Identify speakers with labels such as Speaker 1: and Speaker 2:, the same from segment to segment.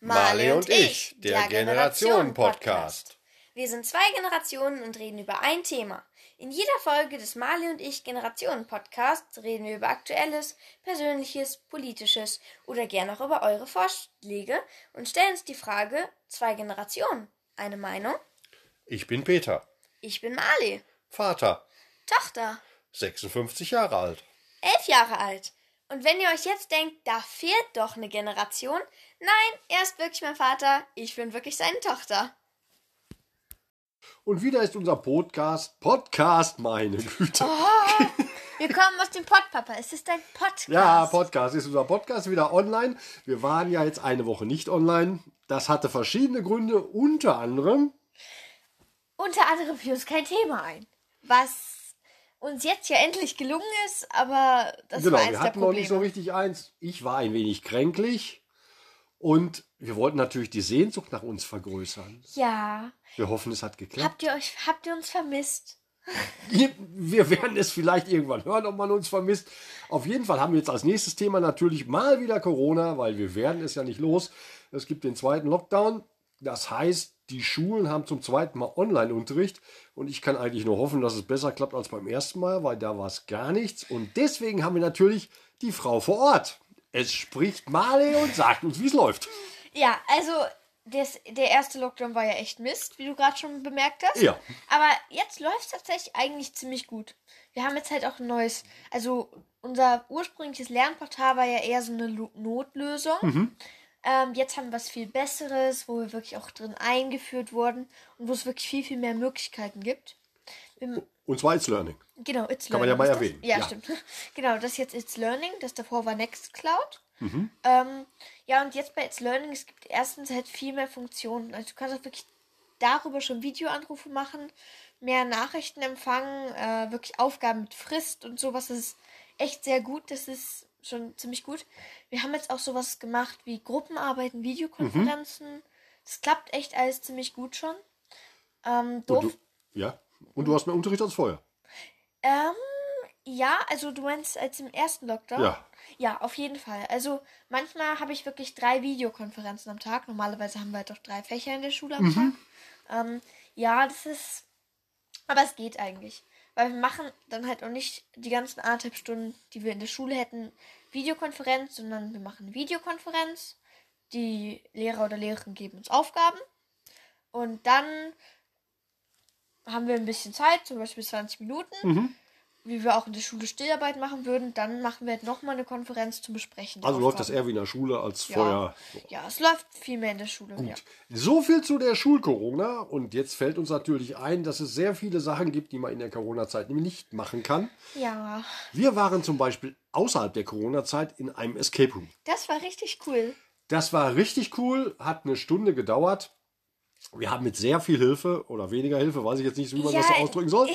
Speaker 1: Marley und ich, der Generationen-Podcast.
Speaker 2: Wir sind zwei Generationen und reden über ein Thema. In jeder Folge des Marley und ich Generationen-Podcasts reden wir über Aktuelles, Persönliches, Politisches oder gern auch über eure Vorschläge und stellen uns die Frage: Zwei Generationen, eine Meinung?
Speaker 1: Ich bin Peter,
Speaker 2: Ich bin Marley,
Speaker 1: Vater,
Speaker 2: Tochter,
Speaker 1: 56 Jahre alt.
Speaker 2: elf Jahre alt. Und wenn ihr euch jetzt denkt, da fehlt doch eine Generation, nein, er ist wirklich mein Vater, ich bin wirklich seine Tochter.
Speaker 1: Und wieder ist unser Podcast, Podcast, meine Güte.
Speaker 2: Oh, Wir kommen aus dem Pott, Papa. Es ist ein Podcast.
Speaker 1: Ja, Podcast ist unser Podcast wieder online. Wir waren ja jetzt eine Woche nicht online. Das hatte verschiedene Gründe, unter anderem,
Speaker 2: Unter anderem fiel uns kein Thema ein. Was uns jetzt ja endlich gelungen ist, aber das
Speaker 1: genau,
Speaker 2: war eins
Speaker 1: wir
Speaker 2: der
Speaker 1: hatten noch nicht so
Speaker 2: Probleme.
Speaker 1: richtig eins. Ich war ein wenig kränklich und wir wollten natürlich die Sehnsucht nach uns vergrößern.
Speaker 2: ja.
Speaker 1: Wir hoffen, es hat geklappt.
Speaker 2: Habt ihr euch, habt ihr uns vermisst?
Speaker 1: Wir werden es vielleicht irgendwann hören, ob man uns vermisst. Auf jeden Fall haben wir jetzt als nächstes Thema natürlich mal wieder Corona, weil wir werden es ja nicht los. Es gibt den zweiten Lockdown. Das heißt, die Schulen haben zum zweiten Mal Online-Unterricht. Und ich kann eigentlich nur hoffen, dass es besser klappt als beim ersten Mal, weil da war es gar nichts. Und deswegen haben wir natürlich die Frau vor Ort. Es spricht Marley und sagt uns, wie es läuft.
Speaker 2: Ja, also das, der erste Lockdown war ja echt Mist, wie du gerade schon bemerkt hast.
Speaker 1: Ja.
Speaker 2: Aber jetzt läuft es tatsächlich eigentlich ziemlich gut. Wir haben jetzt halt auch ein neues, also unser ursprüngliches Lernportal war ja eher so eine Lo- Notlösung. Ähm, jetzt haben wir was viel Besseres, wo wir wirklich auch drin eingeführt wurden und wo es wirklich viel, viel mehr Möglichkeiten gibt. Wir,
Speaker 1: Und zwar It's Learning.
Speaker 2: Genau, It's
Speaker 1: Kann man ja
Speaker 2: Learning.
Speaker 1: mal
Speaker 2: ist das?
Speaker 1: erwähnen.
Speaker 2: Ja,
Speaker 1: Ja.
Speaker 2: stimmt. Genau, das ist jetzt It's Learning, das davor war Nextcloud.
Speaker 1: Mhm.
Speaker 2: Ähm, ja, und jetzt bei It's Learning, es gibt erstens halt viel mehr Funktionen. Also du kannst auch wirklich darüber schon Videoanrufe machen, mehr Nachrichten empfangen, äh, wirklich Aufgaben mit Frist und sowas. Das ist echt sehr gut, das ist schon ziemlich gut. Wir haben jetzt auch sowas gemacht wie Gruppenarbeiten,
Speaker 1: Mhm.
Speaker 2: Videokonferenzen. Das klappt echt alles ziemlich gut schon. Ähm,
Speaker 1: Und
Speaker 2: doof
Speaker 1: Oh, du, ja. Und du hast mehr Unterricht als vorher.
Speaker 2: ähm, ja, also du meinst als im ersten Lockdown?
Speaker 1: Ja.
Speaker 2: Ja, auf jeden Fall. Also manchmal habe ich wirklich drei Videokonferenzen am Tag. Normalerweise haben wir halt doch drei Fächer in der Schule am Tag. Ähm, ja, das ist. Aber es geht eigentlich. Weil wir machen dann halt auch nicht die ganzen anderthalb Stunden, die wir in der Schule hätten, Videokonferenz, sondern wir machen eine Videokonferenz. Die Lehrer oder Lehrerin geben uns Aufgaben. Und dann haben wir ein bisschen Zeit, zum Beispiel 20 Minuten,
Speaker 1: Mhm.
Speaker 2: wie wir auch in der Schule Stillarbeit machen würden. Dann machen wir halt nochmal eine Konferenz zum Besprechen. der
Speaker 1: Also läuft das
Speaker 2: Aufgaben.
Speaker 1: eher wie in der Schule als
Speaker 2: ja.
Speaker 1: vorher.
Speaker 2: ja, es läuft viel mehr in der Schule. Ja.
Speaker 1: So viel zu der Schul-Corona. Und jetzt fällt uns natürlich ein, dass es sehr viele Sachen gibt, die man in der Corona-Zeit nämlich nicht machen kann.
Speaker 2: ja,
Speaker 1: Wir waren zum Beispiel außerhalb der Corona-Zeit in einem Escape Room.
Speaker 2: das war richtig cool.
Speaker 1: Das war richtig cool, hat eine Stunde gedauert. Wir haben mit sehr viel Hilfe oder weniger Hilfe, weiß ich jetzt nicht, wie man
Speaker 2: Ja,
Speaker 1: das so ausdrücken soll,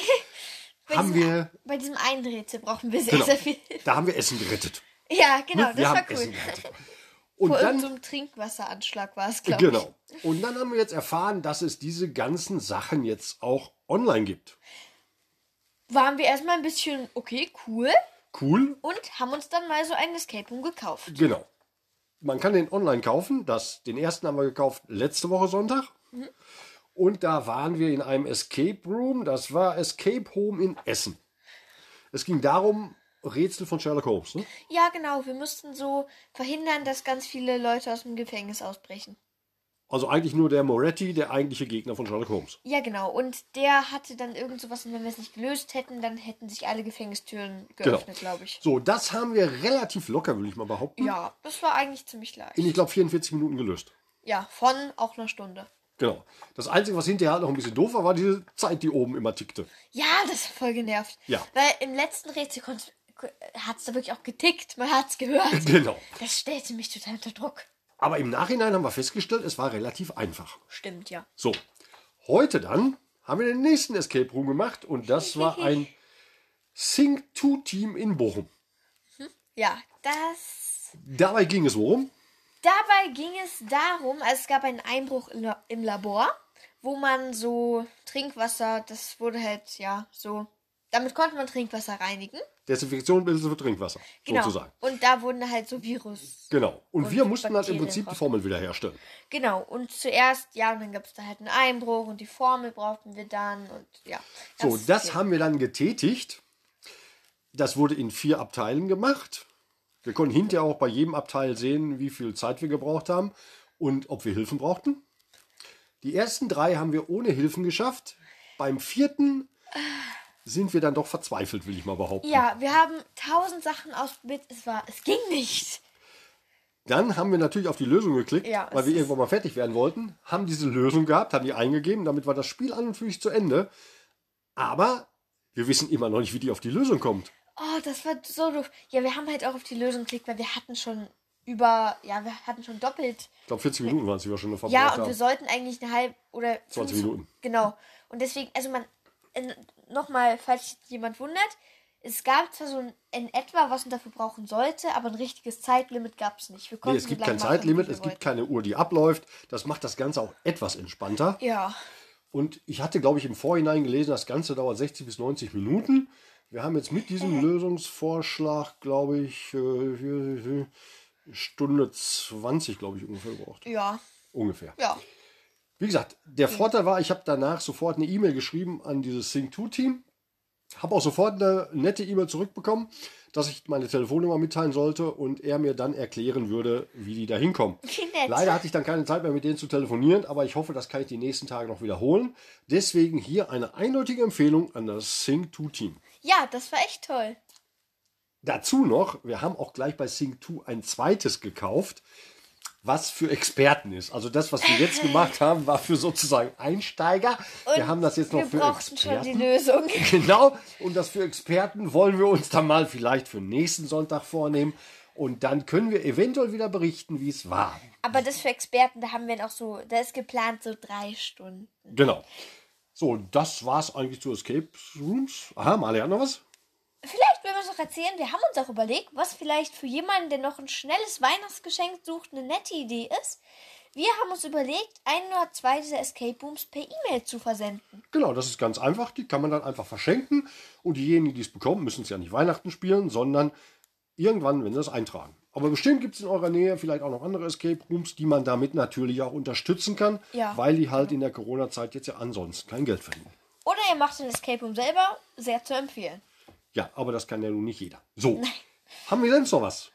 Speaker 1: haben wir,
Speaker 2: Bei diesem einen Rätsel brauchen wir sehr,
Speaker 1: genau,
Speaker 2: sehr viel.
Speaker 1: da haben wir Essen gerettet.
Speaker 2: Ja, genau,
Speaker 1: Ne? wir
Speaker 2: das war
Speaker 1: haben Essen
Speaker 2: cool.
Speaker 1: gerettet. Und
Speaker 2: Vor
Speaker 1: dann
Speaker 2: irgendeinem Trinkwasseranschlag war es, glaube
Speaker 1: Genau. Und dann haben wir jetzt erfahren, dass es diese ganzen Sachen jetzt auch online gibt.
Speaker 2: ich. Waren wir erstmal ein bisschen, okay, cool.
Speaker 1: Cool.
Speaker 2: Und haben uns dann mal so einen Escape Room gekauft.
Speaker 1: Genau. Man kann den online kaufen. Das, den ersten haben wir gekauft letzte Woche Sonntag. Und da waren wir in einem Escape Room. Das war Escape Home in Essen. Es ging darum, Rätsel von Sherlock Holmes. Ne?
Speaker 2: Ja, genau, wir mussten so verhindern, dass ganz viele Leute aus dem Gefängnis ausbrechen.
Speaker 1: Also eigentlich nur der Moretti, der eigentliche Gegner von Sherlock Holmes.
Speaker 2: Ja, genau, und der hatte dann irgend sowas, und wenn wir es nicht gelöst hätten, dann hätten sich alle Gefängnistüren
Speaker 1: Genau.
Speaker 2: geöffnet, glaube ich.
Speaker 1: So, das haben wir relativ locker, würde ich mal behaupten.
Speaker 2: Ja, das war eigentlich ziemlich leicht.
Speaker 1: In, ich glaube, 44 Minuten gelöst.
Speaker 2: Ja, von auch einer Stunde.
Speaker 1: Genau. Das Einzige, was hinterher halt noch ein bisschen doof war, war diese Zeit, die oben immer tickte.
Speaker 2: Ja, das hat voll genervt.
Speaker 1: Ja.
Speaker 2: Weil im letzten Rätsel hat es da wirklich auch getickt. Man hat es gehört.
Speaker 1: Genau.
Speaker 2: Das stellte mich total unter Druck.
Speaker 1: Aber im Nachhinein haben wir festgestellt, es war relativ einfach.
Speaker 2: Stimmt, ja.
Speaker 1: So, heute dann haben wir den nächsten Escape Room gemacht und das war ein Sing-2-Team in Bochum.
Speaker 2: Ja, das.
Speaker 1: Dabei ging es worum?
Speaker 2: Dabei ging es darum, also es gab einen Einbruch im La- im Labor, wo man so Trinkwasser, das wurde halt, ja, so. Damit konnte man Trinkwasser reinigen.
Speaker 1: Desinfektionsmittel für Trinkwasser,
Speaker 2: Genau.
Speaker 1: sozusagen.
Speaker 2: Und da wurden halt so Virus.
Speaker 1: Genau. Und,
Speaker 2: Und
Speaker 1: wir mussten halt im
Speaker 2: Bakterien
Speaker 1: Prinzip die
Speaker 2: drauf.
Speaker 1: Formel wiederherstellen.
Speaker 2: Genau. Und zuerst, ja, und dann gab es da halt einen Einbruch und die Formel brauchten wir dann und ja.
Speaker 1: So, das
Speaker 2: viel.
Speaker 1: haben wir dann getätigt. Das wurde in vier Abteilen gemacht. Wir konnten hinterher auch bei jedem Abteil sehen, wie viel Zeit wir gebraucht haben und ob wir Hilfen brauchten. Die ersten drei haben wir ohne Hilfen geschafft. Beim vierten sind wir dann doch verzweifelt, will ich mal behaupten.
Speaker 2: Ja, wir haben tausend Sachen ausprobiert. Es war, es ging nicht.
Speaker 1: Dann haben wir natürlich auf die Lösung geklickt,
Speaker 2: Ja, es
Speaker 1: weil wir
Speaker 2: ist-
Speaker 1: irgendwann mal fertig werden wollten. Haben diese Lösung gehabt, haben die eingegeben, damit war das Spiel an und für sich zu Ende. Aber wir wissen immer noch nicht, wie die auf die Lösung kommt.
Speaker 2: Oh, das war so doof. Ja, wir haben halt auch auf die Lösung geklickt, weil wir hatten schon über, ja, wir hatten schon doppelt.
Speaker 1: Ich glaube, 40 Minuten waren es, die wir schon verbraucht
Speaker 2: Ja, und
Speaker 1: haben.
Speaker 2: wir sollten eigentlich eine halbe oder
Speaker 1: 20
Speaker 2: fünf-
Speaker 1: Minuten.
Speaker 2: Genau. Und deswegen, also man, nochmal, falls sich jemand wundert, es gab zwar so ein, in etwa, was man dafür brauchen sollte, aber ein richtiges Zeitlimit gab es nicht. Wir konnten
Speaker 1: Nee, es
Speaker 2: so
Speaker 1: gibt
Speaker 2: lange
Speaker 1: kein
Speaker 2: machen, wie
Speaker 1: Zeitlimit,
Speaker 2: wir
Speaker 1: es
Speaker 2: wollten.
Speaker 1: gibt keine Uhr, die abläuft. Das macht das Ganze auch etwas entspannter.
Speaker 2: Ja,
Speaker 1: Und ich hatte, glaube ich, im Vorhinein gelesen, das Ganze dauert 60 bis 90 Minuten. Wir haben jetzt mit
Speaker 2: Mhm.
Speaker 1: diesem Lösungsvorschlag, glaube ich, äh, Stunde 20, glaube ich, ungefähr gebraucht.
Speaker 2: ja,
Speaker 1: Ungefähr.
Speaker 2: ja.
Speaker 1: Wie gesagt, der Vorteil war, ich habe danach sofort eine E-Mail geschrieben an dieses Sing2-Team. Habe auch sofort eine nette E-Mail zurückbekommen, dass ich meine Telefonnummer mitteilen sollte und er mir dann erklären würde, wie die da hinkommen.
Speaker 2: Wie nett.
Speaker 1: Leider hatte ich dann keine Zeit mehr, mit denen zu telefonieren, aber ich hoffe, das kann ich die nächsten Tage noch wiederholen. Deswegen hier eine eindeutige Empfehlung an das Sing2-Team.
Speaker 2: Ja, das war echt toll.
Speaker 1: Dazu noch, wir haben auch gleich bei Sing2 ein zweites gekauft, was für Experten ist. Also das, was wir jetzt gemacht haben, war für sozusagen Einsteiger. wir
Speaker 2: Und
Speaker 1: haben das jetzt noch
Speaker 2: wir
Speaker 1: für
Speaker 2: brauchten schon die
Speaker 1: Experten.
Speaker 2: Lösung.
Speaker 1: Genau, und das für Experten wollen wir uns dann mal vielleicht für nächsten Sonntag vornehmen. Und dann können wir eventuell wieder berichten, wie es war.
Speaker 2: Aber das für Experten, da haben wir noch so, da ist geplant so drei Stunden.
Speaker 1: Genau. So, das war's eigentlich zu Escape Rooms. Aha, Marley hat noch was?
Speaker 2: Vielleicht werden wir es noch erzählen, wir haben uns auch überlegt, was vielleicht für jemanden, der noch ein schnelles Weihnachtsgeschenk sucht, eine nette Idee ist. Wir haben uns überlegt, ein oder zwei dieser Escape Rooms per E-Mail zu versenden.
Speaker 1: Genau, das ist ganz einfach. Die kann man dann einfach verschenken. Und diejenigen, die es bekommen, müssen es ja nicht Weihnachten spielen, sondern irgendwann, wenn sie es eintragen. Aber bestimmt gibt es in eurer Nähe vielleicht auch noch andere Escape Rooms, die man damit natürlich auch unterstützen kann,
Speaker 2: Ja.
Speaker 1: weil die halt in der Corona-Zeit jetzt ja ansonsten kein Geld verdienen.
Speaker 2: Oder ihr macht den Escape Room selber, sehr zu empfehlen.
Speaker 1: Ja, aber das kann ja nun nicht jeder. So, haben wir sonst noch was?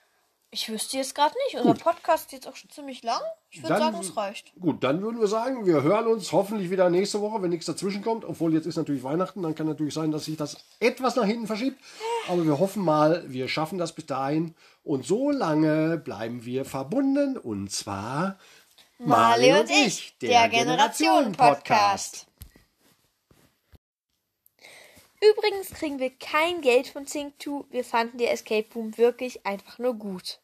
Speaker 2: Ich wüsste jetzt gerade nicht, unser Podcast ist jetzt auch schon ziemlich lang. Ich würde sagen, es reicht.
Speaker 1: Gut, dann würden wir sagen, wir hören uns hoffentlich wieder nächste Woche, wenn nichts dazwischen kommt. Obwohl jetzt ist natürlich Weihnachten, dann kann natürlich sein, dass sich das etwas nach hinten verschiebt. Aber wir hoffen mal, wir schaffen das bis dahin. Und so lange bleiben wir verbunden. Und zwar Marley
Speaker 2: Marley und ich, der Generationen-Podcast. Übrigens kriegen wir kein Geld von Sing2, wir fanden die Escape Room wirklich einfach nur gut.